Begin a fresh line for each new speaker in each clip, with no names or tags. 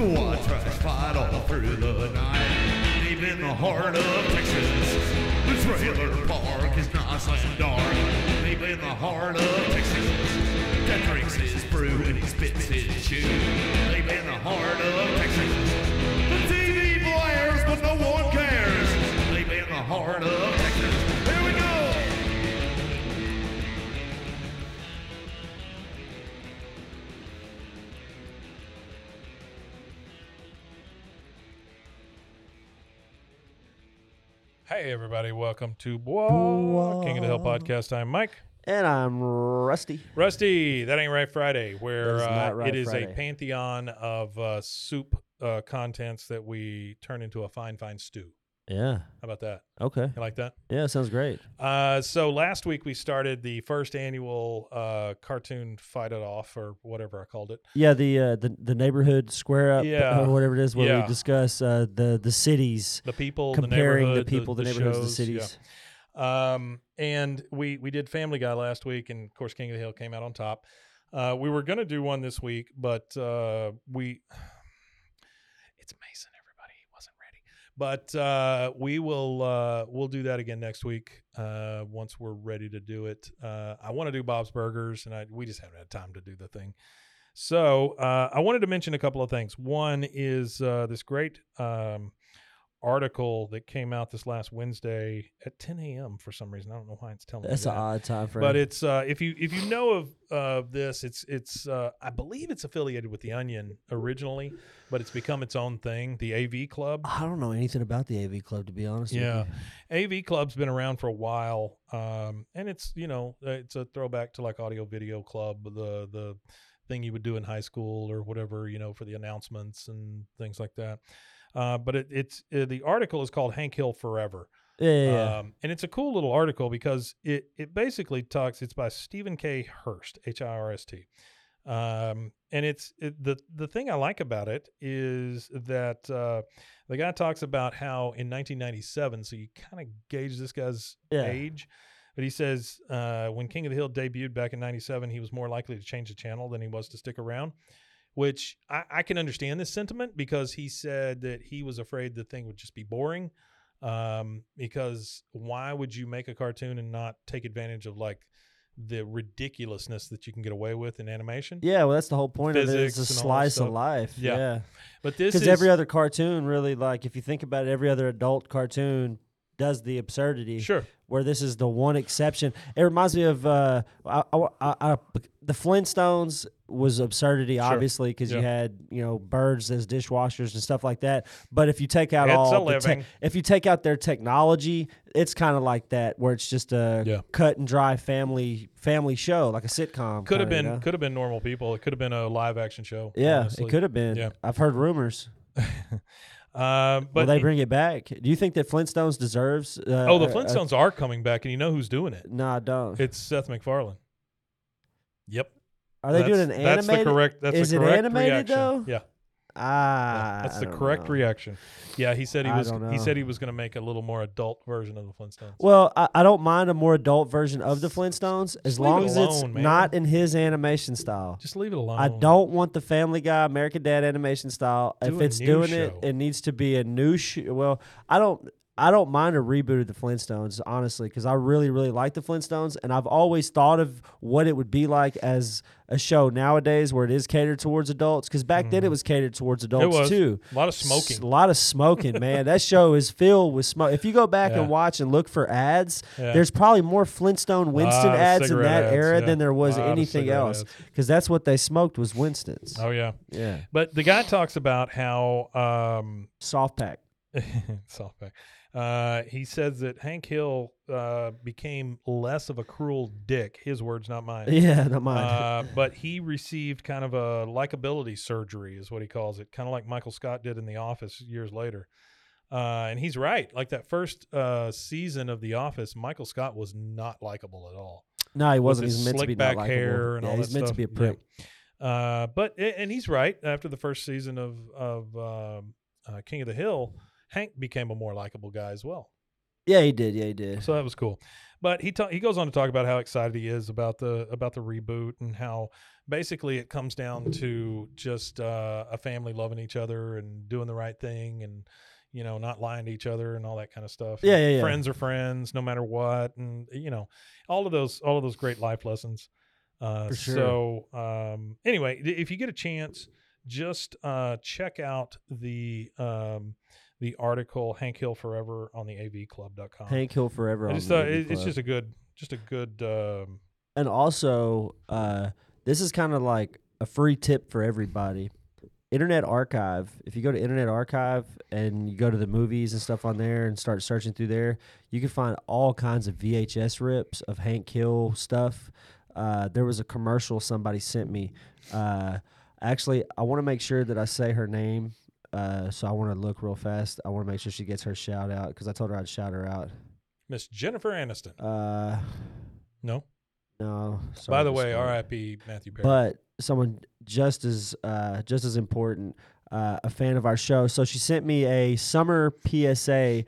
What trash fight all through the night, deep in the heart of Texas. The trailer park is nice, nice and dark, deep in the heart of Texas. That drinks his brew and he spits his chew, deep in the heart of Texas. The TV blares, but no one cares, deep in the heart of Texas. Here we go.
Hey everybody, welcome to Bois, King of the Hill podcast. I'm Mike.
And I'm rusty.
Rusty, that ain't right Friday, where
That is
uh,
not Right
it is a
Friday.
pantheon of uh, soup uh, contents that we turn into a fine, fine stew.
Yeah.
How about that?
Okay.
You like that?
Yeah, sounds great.
Uh, so last week we started the first annual uh, cartoon fight it off or whatever I called it.
Yeah, the uh, the the neighborhood square up
Yeah.
or whatever it is where
Yeah.
we discuss uh, the the cities
The people,
comparing
the,
the,
neighborhood,
people, the, neighborhoods,
shows,
the
yeah.
cities.
Um, and we we did Family Guy last week, and of course, King of the Hill came out on top. Uh, we were gonna do one this week, but uh, we it's Mason. Everybody he wasn't ready, but uh, we will uh, we'll do that again next week uh, once we're ready to do it. Uh, I want to do Bob's Burgers, and I we just haven't had time to do the thing. So uh, I wanted to mention a couple of things. One is uh, this great um, article that came out this last Wednesday at 10 a.m. for some reason. I don't know why it's telling me
That's
that.
an odd time frame.
But it's uh, if you if you know of of this, it's it's uh, I believe it's affiliated with the Onion originally, but it's become its own thing, the AV Club.
I don't know anything about the AV Club to be honest.
Yeah.
With you.
AV Club's been around for a while, um, and it's you know uh, it's a throwback to like audio video club, the the thing you would do in high school or whatever you know for the announcements and things like that. Uh, but it, it's uh, the article is called Hank Hill Forever,
Yeah. yeah, yeah.
um, and it's a cool little article because it it basically talks. It's by Stephen K. Hurst, H I R S T, um, and it's it, the the thing I like about it is that uh, the guy talks about how in 1997. So you kind of gauge this guy's
Yeah.
age. But he says uh, when King of the Hill debuted back in '97, he was more likely to change the channel than he was to stick around, which I, I can understand this sentiment because he said that he was afraid the thing would just be boring um, because why would you make a cartoon and not take advantage of like the ridiculousness that you can get away with in animation?
yeah, well that's the whole point of it. It's a
physics and all that
slice of
stuff.
life.
Yeah.
Yeah.
But this
Because
is
every other cartoon really like if you think about it, every other adult cartoon does the absurdity.
sure,
where this is the one exception. It reminds me of uh, I, I, I, I- the Flintstones was absurdity, obviously, because
Yeah.
you had you know birds as dishwashers and stuff like that. But if you take out
It's
all
a
the te-
living.
if you take out their technology, it's kind of like that, where it's just a
Yeah.
cut and dry family family show, like a sitcom.
could have
kinda, you
been
know?
could have been normal people. It could have been a live action show.
yeah,
honestly.
it could have been.
Yeah.
I've heard rumors.
Uh,
Will
but
they bring it back? Do you think that Flintstones deserves? Uh,
oh, the
a- a-
Flintstones are coming back, and you know who's doing it?
no, I don't.
It's Seth MacFarlane. Yep.
Are they doing an
That's
animated?
the correct. That's
is
the
it
correct
animated
reaction.
though?
Yeah.
Ah,
That's the correct reaction. Yeah, he said he
I
was.
don't
He
know.
said he was going to make a little more adult version of the Flintstones.
Well, I, I don't mind a more adult version of the Flintstones as
leave it
long as it's
alone, man.
not in his animation style.
Just leave it alone.
I don't want the Family Guy American Dad animation style.
Do
if
a
it's
new
doing
show.
it, it needs to be a new show. Well, I don't. I don't mind a reboot of the Flintstones, honestly, because I really, really like the Flintstones, and I've always thought of what it would be like as a show nowadays, where it is catered towards adults. Because back then it was catered towards adults
Mm-hmm. was.
too.
A lot of smoking.
S- A lot of smoking, man. that show is filled with smoke. If you go back
Yeah.
and watch and look for ads,
Yeah.
there's probably more Flintstone Winston
Lot of
ads in
cigarette
that
ads,
era
yeah.
than there was
Lot of
anything
cigarette
else
ads.
because that's what they smoked was Winston's.
Oh yeah.
Yeah,
But the guy talks about how um,
soft pack.
soft back. Uh, he says that Hank Hill uh, became less of a cruel dick. His words, not mine.
Yeah, not mine.
Uh, but he received kind of a likability surgery, is what he calls it, kind of like Michael Scott did in The Office years later. Uh, and he's right. Like that first uh, season of The Office, Michael Scott was not likable at all.
no, he wasn't.
With his
He's meant
Uh,
to
slick
be
back
not
hair
likable.
and
yeah,
all
he's
that
meant
stuff.
to be a
Yeah.
prick.
Uh, but a- and he's right. After the first season of of um, uh, King of the Hill, Hank became a more likable guy as well.
Yeah. he did. Yeah, he did.
So that was cool. But he ta- he goes on to talk about how excited he is about the about the reboot and how basically it comes down to just uh, a family loving each other and doing the right thing and you know not lying to each other and all that kind of stuff.
Yeah,
And
yeah, yeah.
Friends are friends no matter what, and you know all of those all of those great life lessons. Uh,
For sure.
So um, anyway, i- if you get a chance, just uh, check out the. Um, the article Hank Hill Forever on the AVClub.com.
Hank Hill forever.
I
on
just
the
thought
Navy
it, it's
Club.
just a good, just a good. Um,
and also uh, this is kind of like a free tip for everybody internet archive if you go to internet archive and you go to the movies and stuff on there and start searching through there you can find all kinds of vhs rips of hank hill stuff uh, there was a commercial somebody sent me uh, actually i want to make sure that i say her name uh, so i want to look real fast i want to make sure she gets her shout out because i told her i'd shout her out
Miss Jennifer Aniston.
uh,
No,
no
by
sorry,
the
just
way,
scroll.
R.I.P. Matthew Perry.
but someone just as uh, just as important, uh, a fan of our show. So she sent me a summer PSA.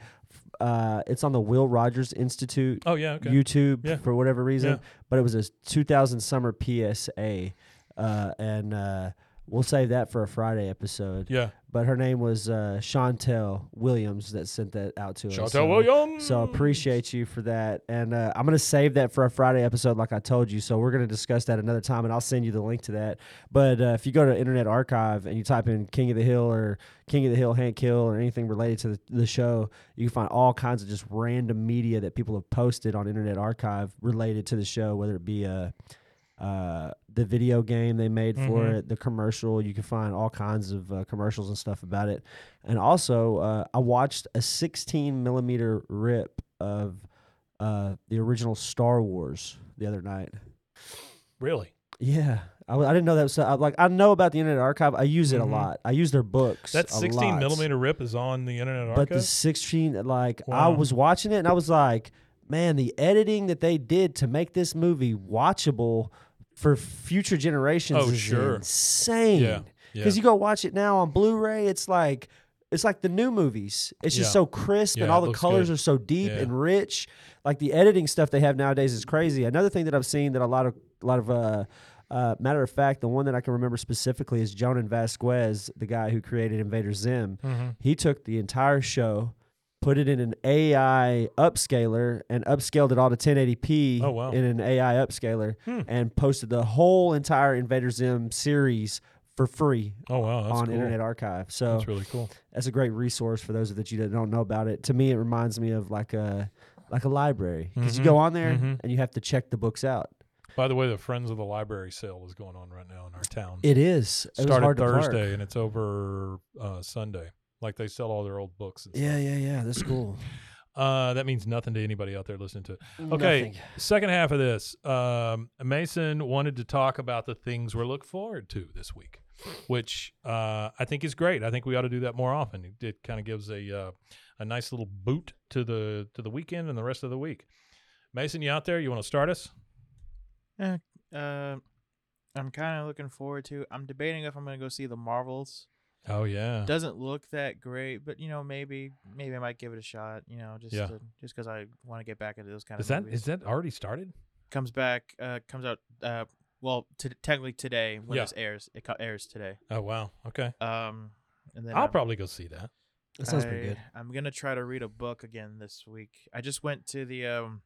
Uh, it's on the Will Rogers Institute
oh yeah, okay.
YouTube
Yeah.
for whatever reason,
Yeah.
but it was a 2000 summer PSA, uh, and uh, we'll save that for a Friday episode.
yeah,
But her name was uh, Chantel Williams that sent that out to us.
Chantel
So-
Williams.
so appreciate you for that, and uh, I'm gonna save that for a Friday episode, like I told you. So we're gonna discuss that another time, and I'll send you the link to that. But uh, if you go to Internet Archive and you type in King of the Hill or King of the Hill Hank Hill or anything related to the, the show, you can find all kinds of just random media that people have posted on Internet Archive related to the show, whether it be uh, uh, the video game they made for
Mhm.
it, the commercial. You can find all kinds of uh, commercials and stuff about it. And also, uh, I watched a 16 millimeter rip of uh, the original Star Wars the other night.
Really,
Yeah, I, w- I didn't know that was so- I, like I know about the Internet Archive. I use it
Mhm.
a lot. I use their books.
that
a
16
lot.
millimeter rip is on the Internet Archive.
But the 16, like I
Wow.
was watching it and I was like, man, the editing that they did to make this movie watchable for future generations
Oh,
is
sure.
insane.
Yeah, yeah.
Because you go watch it now on Blu-ray, it's like it's like the new movies. It's just
Yeah.
so crisp and
Yeah,
all
it
the
looks
colors
good.
are so deep
Yeah.
and rich. Like the editing stuff they have nowadays is crazy. Another thing that I've seen that a lot of a lot of uh, uh, matter of fact, the one that I can remember specifically is Jonan Vasquez, the guy who created Invader Zim.
Mm-hmm.
He took the entire show, put it in an AI upscaler, and upscaled it all to 1080p
Oh, wow. Hmm.
in an AI upscaler, and posted the whole entire Invader Zim series for free
oh wow, that's
on
cool.
Internet Archive. So
That's
that's,
really cool.
a great resource for those that you that don't know about it. To me, it reminds me of like a like a library because you go on there and you have to check the books out.
By the way, the Friends of the Library sale is going on right now in our town.
It is it was
started
hard to park.
Thursday and it's over uh, Sunday. Like they sell all their old books. And
Yeah, yeah, yeah. That's cool.
Uh, that means nothing to anybody out there listening to it.
Mm,
Okay,
Nothing.
second half of this. Um, Mason wanted to talk about the things we're looking forward to this week, which uh, I think is great. I think we ought to do that more often. It, it kind of gives a uh, a nice little boot to the to the weekend and the rest of the week. Mason, you out there? You want to start us?
Uh, I'm kind of looking forward to. I'm debating if I'm gonna go see the Marvels
Oh yeah.
Doesn't look that great, but you know, maybe maybe I might give it a shot. You know, just
Yeah.
to, just because I want to get back into those kind
Is
of
that
movies.
is that already started?
comes back uh comes out uh well to technically today when
Yeah.
this airs it co- airs today
Oh wow. Okay.
um and then
I'll
I'm-
probably go see that.
That sounds pretty
I-
good.
i'm gonna try to read a book again this week i just went to the um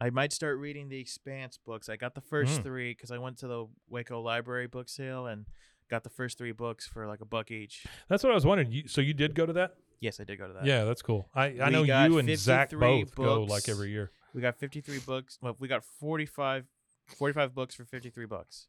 i might start reading the expanse books i got the first
Mm.
three because i went to the waco library book sale and got the first three books for like a buck each
That's what I was wondering. You, so you did go to that?
yes i did go to that
Yeah, that's cool. I, I
Uh, We
know
got
you and Zach
53
both go like
books.
every year.
we got 53 books well we got 45 45 books for 53 bucks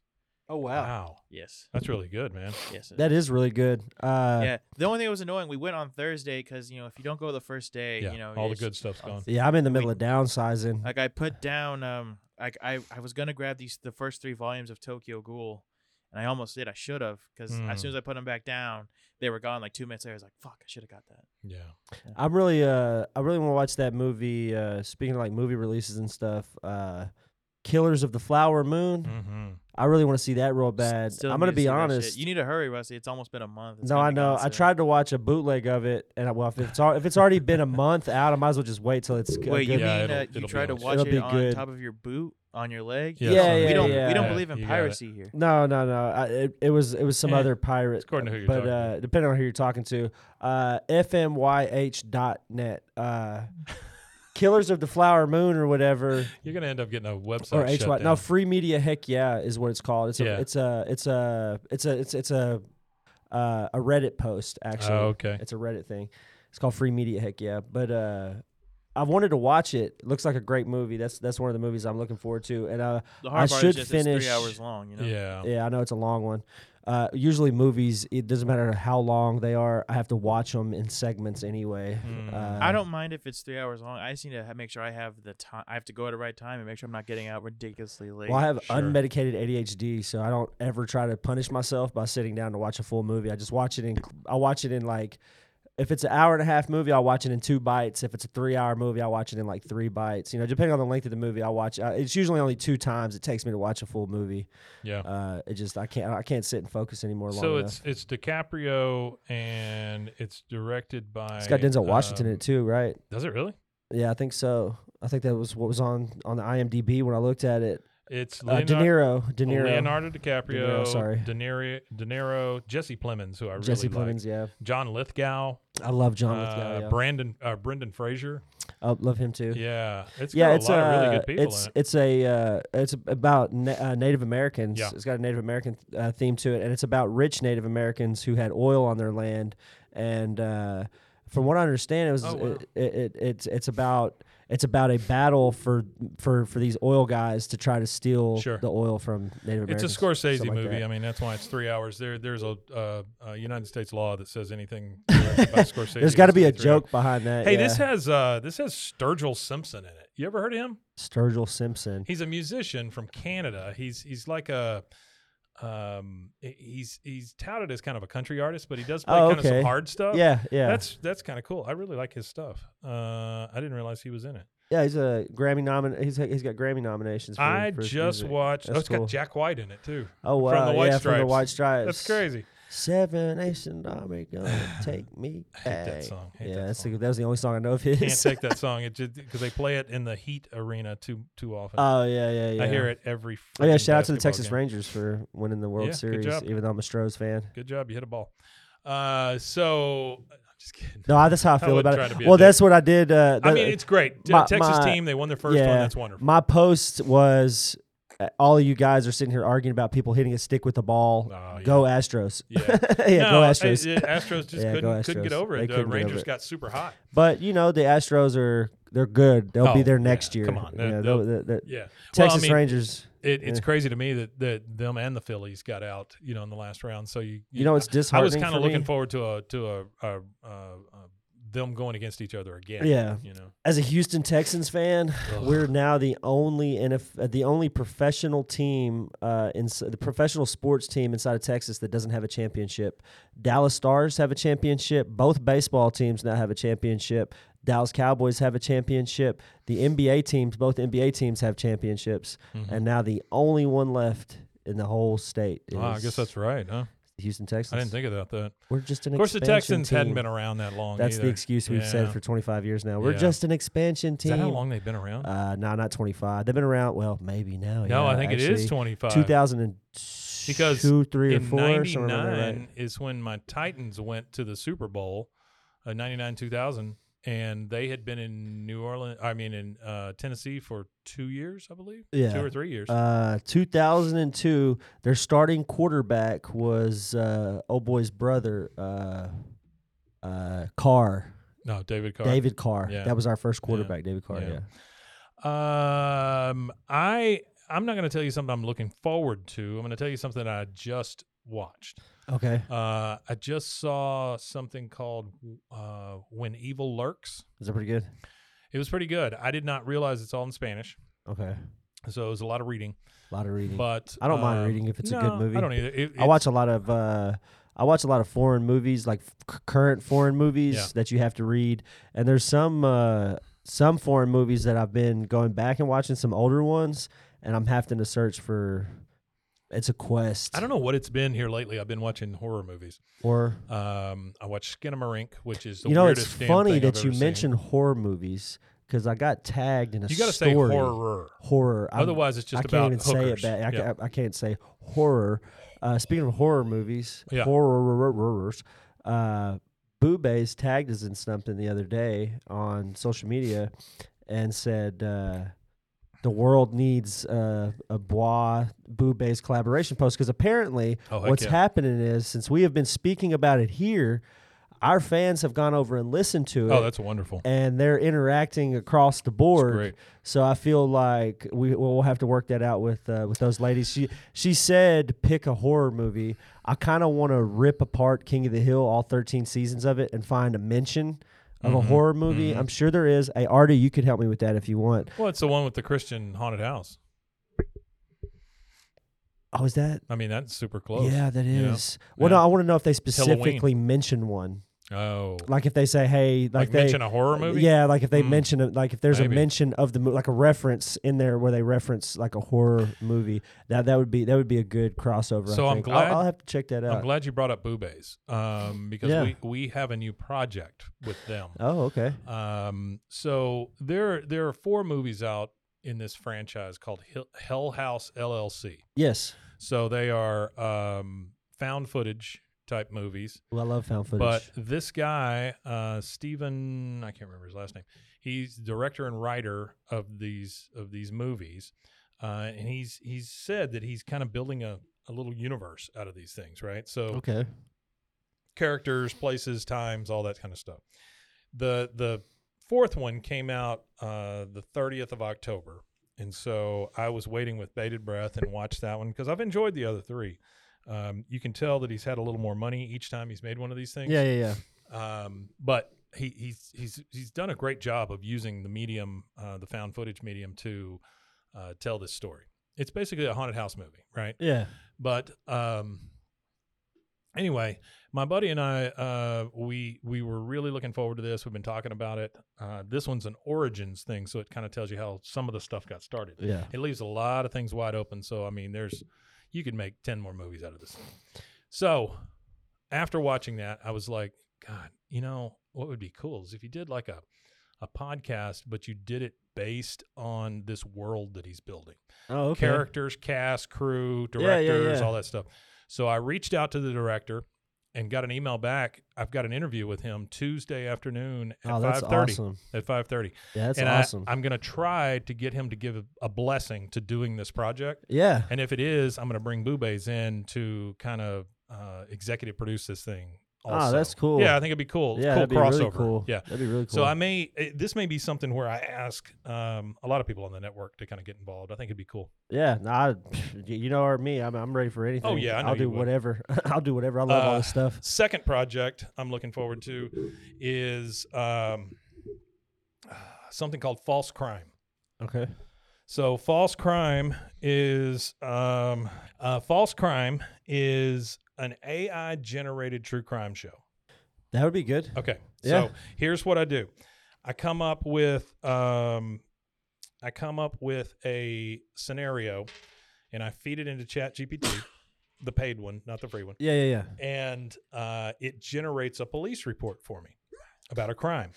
Oh
Wow.
yes
That's really good, man.
yes it
That is really good. Uh, yeah.
yeah. The only thing that was annoying, we went on Thursday because you know if you don't go the first day,
yeah.
you know
all the
it's-
good stuff's gone.
I'm in the middle of downsizing.
Like I put down, um, like I I was gonna grab these the first three volumes of Tokyo Ghoul, and I almost did. I should have because
Mm.
as soon as I put them back down, they were gone. Like two minutes later, I was like, "Fuck, I should have got that."
Yeah.
I'm really uh I really want to watch that movie. Uh, speaking of like movie releases and stuff, uh, Killers of the Flower Moon.
Mm-hmm.
I really want to see that real
S-
bad.
still
I'm
need
gonna
to
be
see that shit.
honest.
You need to hurry, Rusty. It's almost been a month. It's
No,
gonna
I
be
know.
gone
I
soon.
tried to watch a bootleg of it, and I, well, if it's al- if it's already been a month out, I might as well just wait till it's g- a
Wait, you
good.
Yeah,
mean
it'll-
uh,
it'll
you
be
tried to
on-
watch
It'll
it
be
on
good.
top of your boot on your leg?
Yeah, Yeah, yeah,
we don't we don't
yeah.
believe in
You got it.
piracy here.
No, no, no. I, it, it was it was some
Eh,
other pirate.
it's according to who you're
but
talking to.
uh, depending on who you're talking to, uh, fmyh.net, uh, Killers of the Flower Moon or whatever,
You're gonna end up getting a website.
or
shut
hy.
down.
No, Free Media. Heck yeah, is what it's called. It's a
Yeah.
it's a it's a it's a it's it's a uh, a Reddit post actually.
Oh, okay.
It's a Reddit thing. It's called Free Media. Heck yeah, but. uh I wanted to watch it. it. Looks like a great movie. That's that's one of the movies I'm looking forward to. And uh,
The
I
hard part
should
is just it's
finish-
three hours long. You know.
Yeah.
yeah, I know it's a long one. Uh, usually movies, it doesn't matter how long they are. I have to watch them in segments anyway. Uh,
Hmm. I don't mind if it's three hours long. I just need to ha- make sure I have the time. I have to go at the right time and make sure I'm not getting out ridiculously late.
Well, I have
Sure.
unmedicated ADHD, so I don't ever try to punish myself by sitting down to watch a full movie. I just watch it in. I watch it in like, if it's an hour and a half movie, I'll watch it in two bites. If it's a three-hour movie, I'll watch it in like three bites. You know, depending on the length of the movie, I watch. Uh, it's usually only two times it takes me to watch a full movie.
Yeah.
Uh, it just I can't I can't sit and focus anymore. long
so
enough.
it's it's DiCaprio and it's directed by. um,
it's got Denzel Washington in it too, right?
Does it really?
Yeah, I think so. I think that was what was on on the IMDb when I looked at it.
It's
Uh, De
Leonardo, oh,
Niro, De Niro,
Leonardo DiCaprio.
sorry.
De Niro, De Niro, Jesse Plemons, who I really
Jesse
like.
Plemons. Yeah,
John Lithgow.
I love John
uh,
Lithgow. Yeah.
Brandon uh, Brendan Fraser.
I love him too.
Yeah, it's
yeah,
got
it's
a lot
uh,
of really good people
it's
in it.
it's a uh, it's about na- uh, Native Americans.
Yeah.
It's got a Native American uh, theme to it, and it's about rich Native Americans who had oil on their land. And uh, from what I understand, it was
Oh, wow.
it, it, it, it's it's about it's about a battle for for for these oil guys to try to steal
Sure.
the oil from Native
It's
Americans.
a Scorsese
something like
movie.
that.
I mean, that's why it's three hours. There, there's a uh, uh, United States law that says anything directed by Scorsese.
There's got to
has
be a
three hours.
joke behind that.
Hey, this
yeah.
has uh, this has Sturgill Simpson in it. You ever heard of him?
Sturgill Simpson.
He's a musician from Canada. He's he's like a um he- he's he's touted as kind of a country artist, but he does play
Oh,
kind of
okay.
some hard stuff.
yeah, yeah,
That's that's kind of cool. I really like his stuff. Uh, I didn't realize he was in it.
yeah. He's a Grammy nomin. He's he's got Grammy nominations. For,
I
for his
just
music.
watched. Oh,
That's
it's
cool.
got Jack White in it too.
Oh wow!
from the White
yeah, from the
Stripes.
White Stripes.
That's crazy.
Seven Nation Army gonna take me
I hate
back.
that song. Hate
yeah,
that
that's
song.
the, that was the only song I know of his.
can't take that song. It just because they play it in the Heat arena too too often.
oh yeah, yeah, yeah.
I hear it every.
Oh yeah!
freaking
Shout out to the
basketball
Texas
game.
Rangers for winning the World
Yeah, good
Series,
job.
even though I'm a Stros fan.
Good job, you hit a ball. Uh, so I'm just kidding.
No, I- that's how I
I
feel
would
about
try to
it.
be a
Well,
dick.
that's what I did. Uh,
I
that-
mean, it's great. Te-
my-
Texas
my-
team, they won their first one. That's wonderful.
My post was uh, all you guys are sitting here arguing about people hitting a stick with the ball.
Oh,
Go Astros!
Yeah.
yeah,
no,
go
I-
Astros!
I- Astros just
Yeah, go
couldn't, couldn't get
Astros.
over
They
it. The
couldn't get
Rangers
over it.
got super hot.
But you know the Astros are they're good. They'll
Oh,
be there
yeah,
next year.
come on.
You
They're-
know,
they'll-
they'll- they'll- they'll-
Yeah.
Texas
well, I mean,
Rangers.
It, it's
yeah.
crazy to me that, that them and the Phillies got out, you know, in the last round. So you,
You know, it's
I was
disheartening.
kind
for
of
me.
looking forward to a to a, a, a, a them going against each other again.
Yeah.
you know,
As a Houston Texans fan,
Ugh.
we're now the only NF, uh, the only professional team uh, in the professional sports team inside of Texas that doesn't have a championship. Dallas Stars have a championship. Both baseball teams now have a championship. Dallas Cowboys have a championship. The NBA teams, both NBA teams, have
Mm-hmm.
championships, and now the only one left in the whole state. Is
Wow, I guess that's right, huh?
the Houston Texans.
I didn't think about that.
we're just an.
Of course, the
expansion
Texans hadn't
team.
been around that long.
That's the
either.
excuse we've
Yeah.
said for 25 years now. We're
Yeah.
just an expansion
Is
team.
that how long they've been around?
Uh, no, not 25. They've been around. Well, maybe now.
no,
yeah,
I think it
actually.
is 25.
2002,
Because
three or
in
four, somewhere around there, right?
99 is when my Titans went to the Super Bowl, uh, 99 2000, and they had been in New Orleans, I mean, in uh, Tennessee for two years, I believe.
Yeah.
Two or three years.
Uh, 2002, their starting quarterback was uh, old boy's brother, uh, uh, Carr,
no, David Carr.
David Carr.
Yeah.
That was our first quarterback, David Carr.
Yeah.
Yeah.
Um, I, I'm not going to tell you something I'm looking forward to. I'm going to tell you something I just watched.
Okay.
Uh, I just saw something called uh, When Evil Lurks.
Is that pretty good?
It was pretty good. I did not realize it's all in Spanish,
Okay.
so it was a lot of reading.
A lot of reading.
But
Hmm. I don't mind
um,
reading if it's a good
no,
movie.
I don't either. It-
I
it's-
watch a lot of uh, I watch a lot of foreign movies, like c- current foreign movies
Yeah.
that you have to read. And there's some uh, some foreign movies that I've been going back and watching some older ones, and I'm having to search for. It's a quest.
I don't know what it's been here lately. I've been watching horror movies.
Or
Um, I watched Skinamarink, which is the
you know, it's
weirdest damn
funny
thing I've
that you
ever seen.
mentioned horror movies because I got tagged in a
You got to say
story.
horror.
horror. I'm-
Otherwise, it's just
I
about
can't even
hookers.
say it. Back. I,
Yeah. Oh,
ca- I can't say horror. Uh, speaking of horror movies,
Yeah.
horrors. Uh, Boobays tagged us in something the other day on social media, and said uh, the world needs uh, a Bois Boobays collaboration post because apparently
Oh, heck
what's
yeah.
happening is since we have been speaking about it here. Our fans have gone over and listened to it
Oh, that's wonderful.
and they're interacting across the board.
great.
So I feel like we we'll have to work that out with uh, with those ladies. She she said pick a horror movie. I kind of want to rip apart King of the Hill, all thirteen seasons of it, and find a mention of
Mm-hmm.
a horror movie. I'm sure there is. Hey, Artie, you could help me with that if you want.
Well, it's the one with the Christian haunted house.
Oh, is that?
I mean, that's super close.
Yeah, that
you know?
is. Well,
Yeah.
no, I want to know if they specifically mention one.
Oh,
Like if they say, "Hey," like,
Like
they uh,
mention a horror movie?
Yeah, like if they
Mm.
mention it, like if there's
Maybe.
a mention of the movie, like a reference in there where they reference like a horror movie. That that would be that would be a good crossover.
So
I
I'm
think. I'll-
glad-
I'll, have to check that out.
I'm glad you brought up Boobays um, because
Yeah.
we, we have a new project with them.
Oh, okay.
Um, so there there are four movies out in this franchise called Hill- Hell House LLC.
Yes.
So they are um, found footage type movies.
Well, I love found footage.
But this guy, uh, Stephen, I can't remember his last name. He's director and writer of these of these movies, uh, and he's he's said that he's kind of building a, a little universe out of these things, right? So
okay.
characters, places, times, all that kind of stuff. The the fourth one came out uh, the 30th of October, and so I was waiting with bated breath and watched that one because I've enjoyed the other three. Um, you can tell that he's had a little more money each time he's made one of these things.
Yeah, yeah, yeah.
Um, but he, he's he's he's done a great job of using the medium, uh, the found footage medium, to uh, tell this story. It's basically a haunted house movie, right?
Yeah.
But um, anyway, my buddy and I, uh, we we were really looking forward to this. We've been talking about it. Uh, this one's an origins thing, so it kind of tells you how some of the stuff got started.
Yeah.
It leaves a lot of things wide open. So I mean, there's you could make ten more movies out of this. Thing. So after watching that, I was like, God, you know what would be cool is if you did like a a podcast, but you did it based on this world that he's building
Oh, okay.
characters, cast, crew,
Yeah, yeah,
directors,
yeah.
all that stuff. So I reached out to the director and got an email back. I've got an interview with him Tuesday afternoon at
Oh, that's
5:30.
awesome.
At 5:30.
Yeah, that's
and
awesome.
I, I'm going to try to get him to give a, a blessing to doing this project.
yeah.
And if it is, I'm going to bring Boobays in to kind of uh, executive produce this thing.
Oh,
Also.
that's cool.
Yeah, I think it'd be cool. It's
yeah,
a
that'd be
cool crossover.
really cool.
Yeah.
that'd be really cool.
So I may it, this may be something where I ask um, a lot of people on the network to kind of get involved. I think it'd be cool.
yeah, no, I, you know or me, I'm, I'm ready for anything.
Oh, yeah, I know
I'll do
you would.
whatever. I'll do whatever. I love all
Uh,
this stuff.
Second project I'm looking forward to is um, uh, something called False Crime.
Okay.
So False Crime is um, uh, False Crime is an AI generated true crime show.
That would be good.
Okay.
Yeah.
So here's what I do. I come up with um I come up with a scenario and I feed it into Chat GPT the paid one, not the free one.
Yeah, yeah, yeah.
And uh, it generates a police report for me about a crime.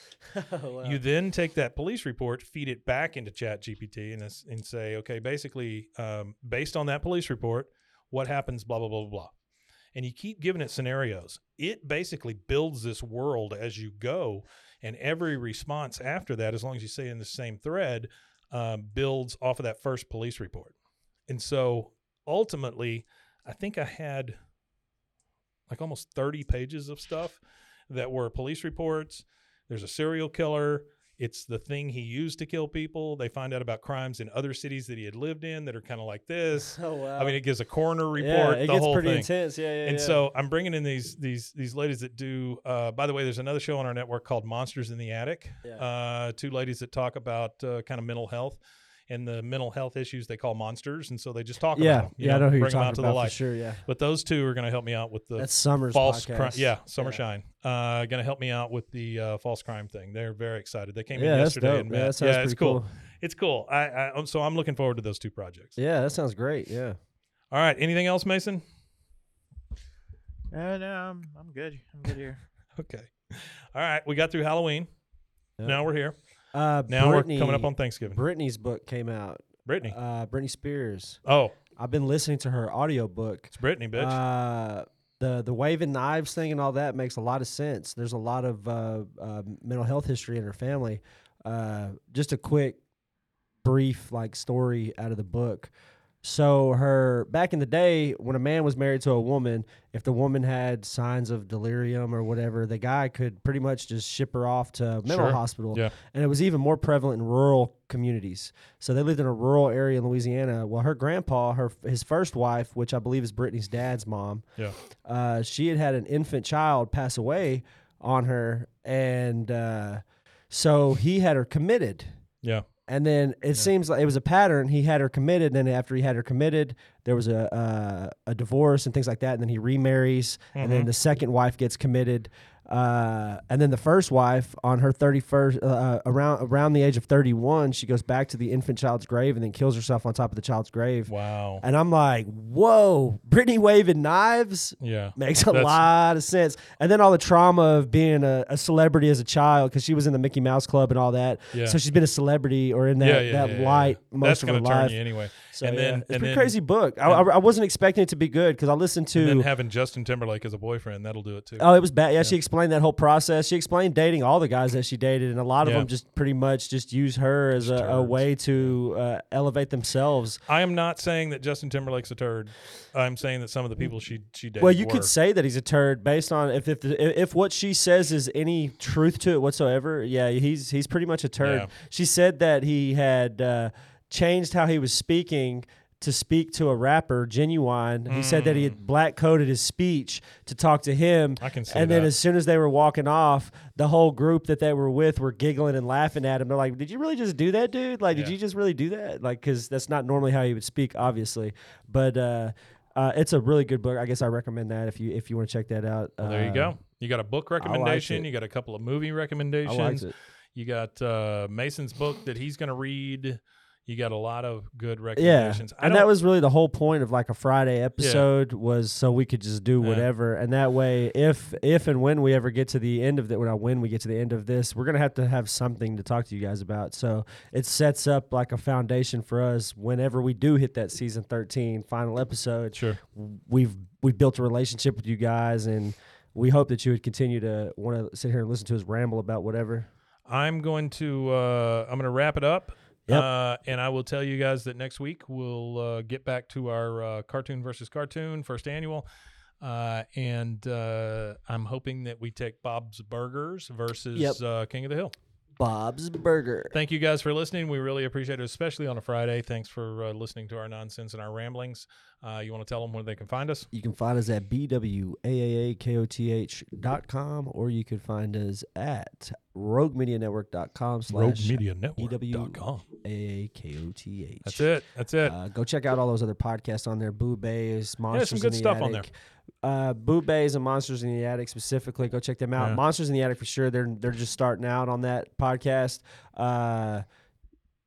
You then take that police report, feed it back into Chat GPT, and, it's- and say, okay, basically, um, based on that police report, what happens, blah, blah, blah, blah, blah. And you keep giving it scenarios. It basically builds this world as you go. And every response after that, as long as you stay in the same thread, um, builds off of that first police report. And so ultimately, I think I had like almost 30 pages of stuff that were police reports. There's a serial killer. It's the thing he used to kill people. They find out about crimes in other cities that he had lived in that are kind of like this.
Oh wow.
I mean, it gives a coroner report.
it
the
gets
whole
pretty
thing.
intense. Yeah, yeah.
And
yeah.
so I'm bringing in these these these ladies that do. Uh, by the way, there's another show on our network called Monsters in the Attic.
Yeah.
Uh, two ladies that talk about uh, kind of mental health and the mental health issues they call monsters, and so they just talk
yeah,
about them. you
yeah, I know who
bring
you're
them out
talking
to
about
the
for
light.
sure. Yeah,
But those two are going to help me out with the
that's Summers
false crime.
podcast.
Yeah, Summer
Yeah.
Shine. Uh, going to help me out with the uh, false crime thing. They're very excited. They came
yeah,
in
that's
yesterday
dope.
and
Yeah, that
met.
sounds
it's
pretty
cool.
cool.
It's cool. I, I I'm- so I'm looking forward to those two projects.
Yeah, that sounds great. Yeah,
All right. Anything else, Mason?
Uh, no, I'm, I'm good. I'm good here.
Okay. All right. We got through Halloween.
Yeah.
Now we're here.
uh,
Now
Brittany,
we're coming up on Thanksgiving.
Britney's book came out.
Brittany.
Uh, Britney Spears.
oh,
I've been listening to her audiobook.
it's Brittany, bitch.
Uh, the the waving knives thing and all that makes a lot of sense. There's a lot of uh, uh, mental health history in her family. Uh, just a quick, brief like story out of the book. So her back in the day, when a man was married to a woman, if the woman had signs of delirium or whatever, the guy could pretty much just ship her off to a mental
Sure.
hospital.
Yeah.
And it was even more prevalent in rural communities. So they lived in a rural area in Louisiana. Well, her grandpa, her his first wife, which I believe is Brittany's dad's mom,
yeah.
uh, she had had an infant child pass away on her, and uh, so he had her committed.
Yeah.
And then it seems like it was a pattern. He had her committed, and then after he had her committed, there was a uh, a divorce and things like that. And then he remarries, and
Mm-hmm.
then the second wife gets committed, uh, and then the first wife on her thirty first uh, around around the age of thirty one, she goes back to the infant child's grave and then kills herself on top of the child's grave.
Wow.
And I'm like, whoa, Brittany waving knives
Yeah.
makes a
That's-
lot of sense. And then all the trauma of being a, a celebrity as a child because she was in the Mickey Mouse Club and all that.
Yeah.
So she's been a celebrity or in that,
yeah, yeah,
that
yeah, yeah,
light
yeah.
most
That's
of
gonna
her life.
turn you anyway.
So,
and
yeah,
then
it's a
and
pretty
then,
crazy book. I, I, I wasn't expecting it to be good because I listened to.
And then having Justin Timberlake as a boyfriend, that'll do it too.
Oh, it was bad. Yeah, she explained that whole process. She explained dating all the guys that she dated, and a lot of
Yeah.
them just pretty much just use her as a, a
turds.
way to uh, elevate themselves.
I am not saying that Justin Timberlake's a turd. I'm saying that some of the people she she dated.
Well, you
were.
could say that he's a turd based on if if if what she says is any truth to it whatsoever. Yeah, he's he's pretty much a turd.
Yeah.
She said that he had uh, changed how he was speaking to speak to a rapper, Genuine. He said that he had black coded his speech to talk to him.
Mm. I can see
And then
that.
as soon as they were walking off, the whole group that they were with were giggling and laughing at him. They're like, "Did you really just do that, dude? Like, did
Yeah.
you just really do that? Like, because that's not normally how you would speak, obviously." But uh, uh, it's a really good book. I guess I recommend that if you if you want to check that out.
Well, there you
Uh,
go. You got a book recommendation.
it.
You got a couple of movie
I
recommendations.
liked it.
You got uh, Mason's book that he's going to read. You got a lot of good
Yeah,
recommendations. I
and that
don't-
was really the whole point of like a Friday episode was so we could just do
Yeah.
whatever, and that way, if if and when we ever get to the end of that, when I when we get to the end of this, we're gonna have to have something to talk to you guys about. So it sets up like a foundation for us whenever we do hit that season thirteen final episode.
Sure.
we've we've built a relationship with you guys, and we hope that you would continue to want to sit here and listen to us ramble about whatever.
I'm going to uh, I'm going to wrap it up.
Yep.
Uh, and I will tell you guys that next week we'll uh, get back to our uh, cartoon versus cartoon first annual. Uh, and uh, I'm hoping that we take Bob's Burgers versus
Yep.
uh, King of the Hill.
Bob's Burger.
Thank you guys for listening. We really appreciate it, especially on a Friday. Thanks for uh, listening to our nonsense and our ramblings. Uh, you want to tell them where they can find us?
You can find us at bwaaakoth.com or you could find us at roguemedianetwork.com slash E
RogueMediaNetwork.com.
aaakoth.
That's it. That's it.
Uh, go check out all those other podcasts on there. Boo Bays, Monsters
good
in the
stuff
Attic.
on there.
Uh, Boo Bays and Monsters in the Attic specifically. Go check them out.
Yeah.
Monsters in the Attic for sure. They're they're just starting out on that podcast. Uh,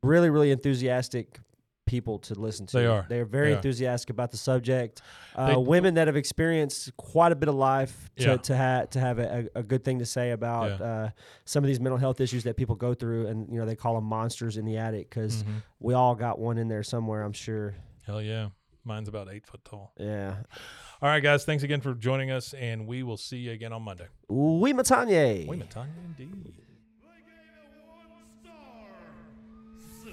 really really enthusiastic people to listen to.
They are.
They are very
They are.
enthusiastic about the subject. Uh,
They-
women that have experienced quite a bit of life to
Yeah.
to, ha- to have a, a a good thing to say about
Yeah.
uh, some of these mental health issues that people go through, and you know they call them monsters in the attic because we all got one in there somewhere. I'm sure.
Hell yeah. Mine's about eight foot tall.
Yeah.
All right, guys. Thanks again for joining us, and we will see you again on Monday.
We Matanye.
Wait a minute, Tanya, indeed.
They gave it one star. Suck.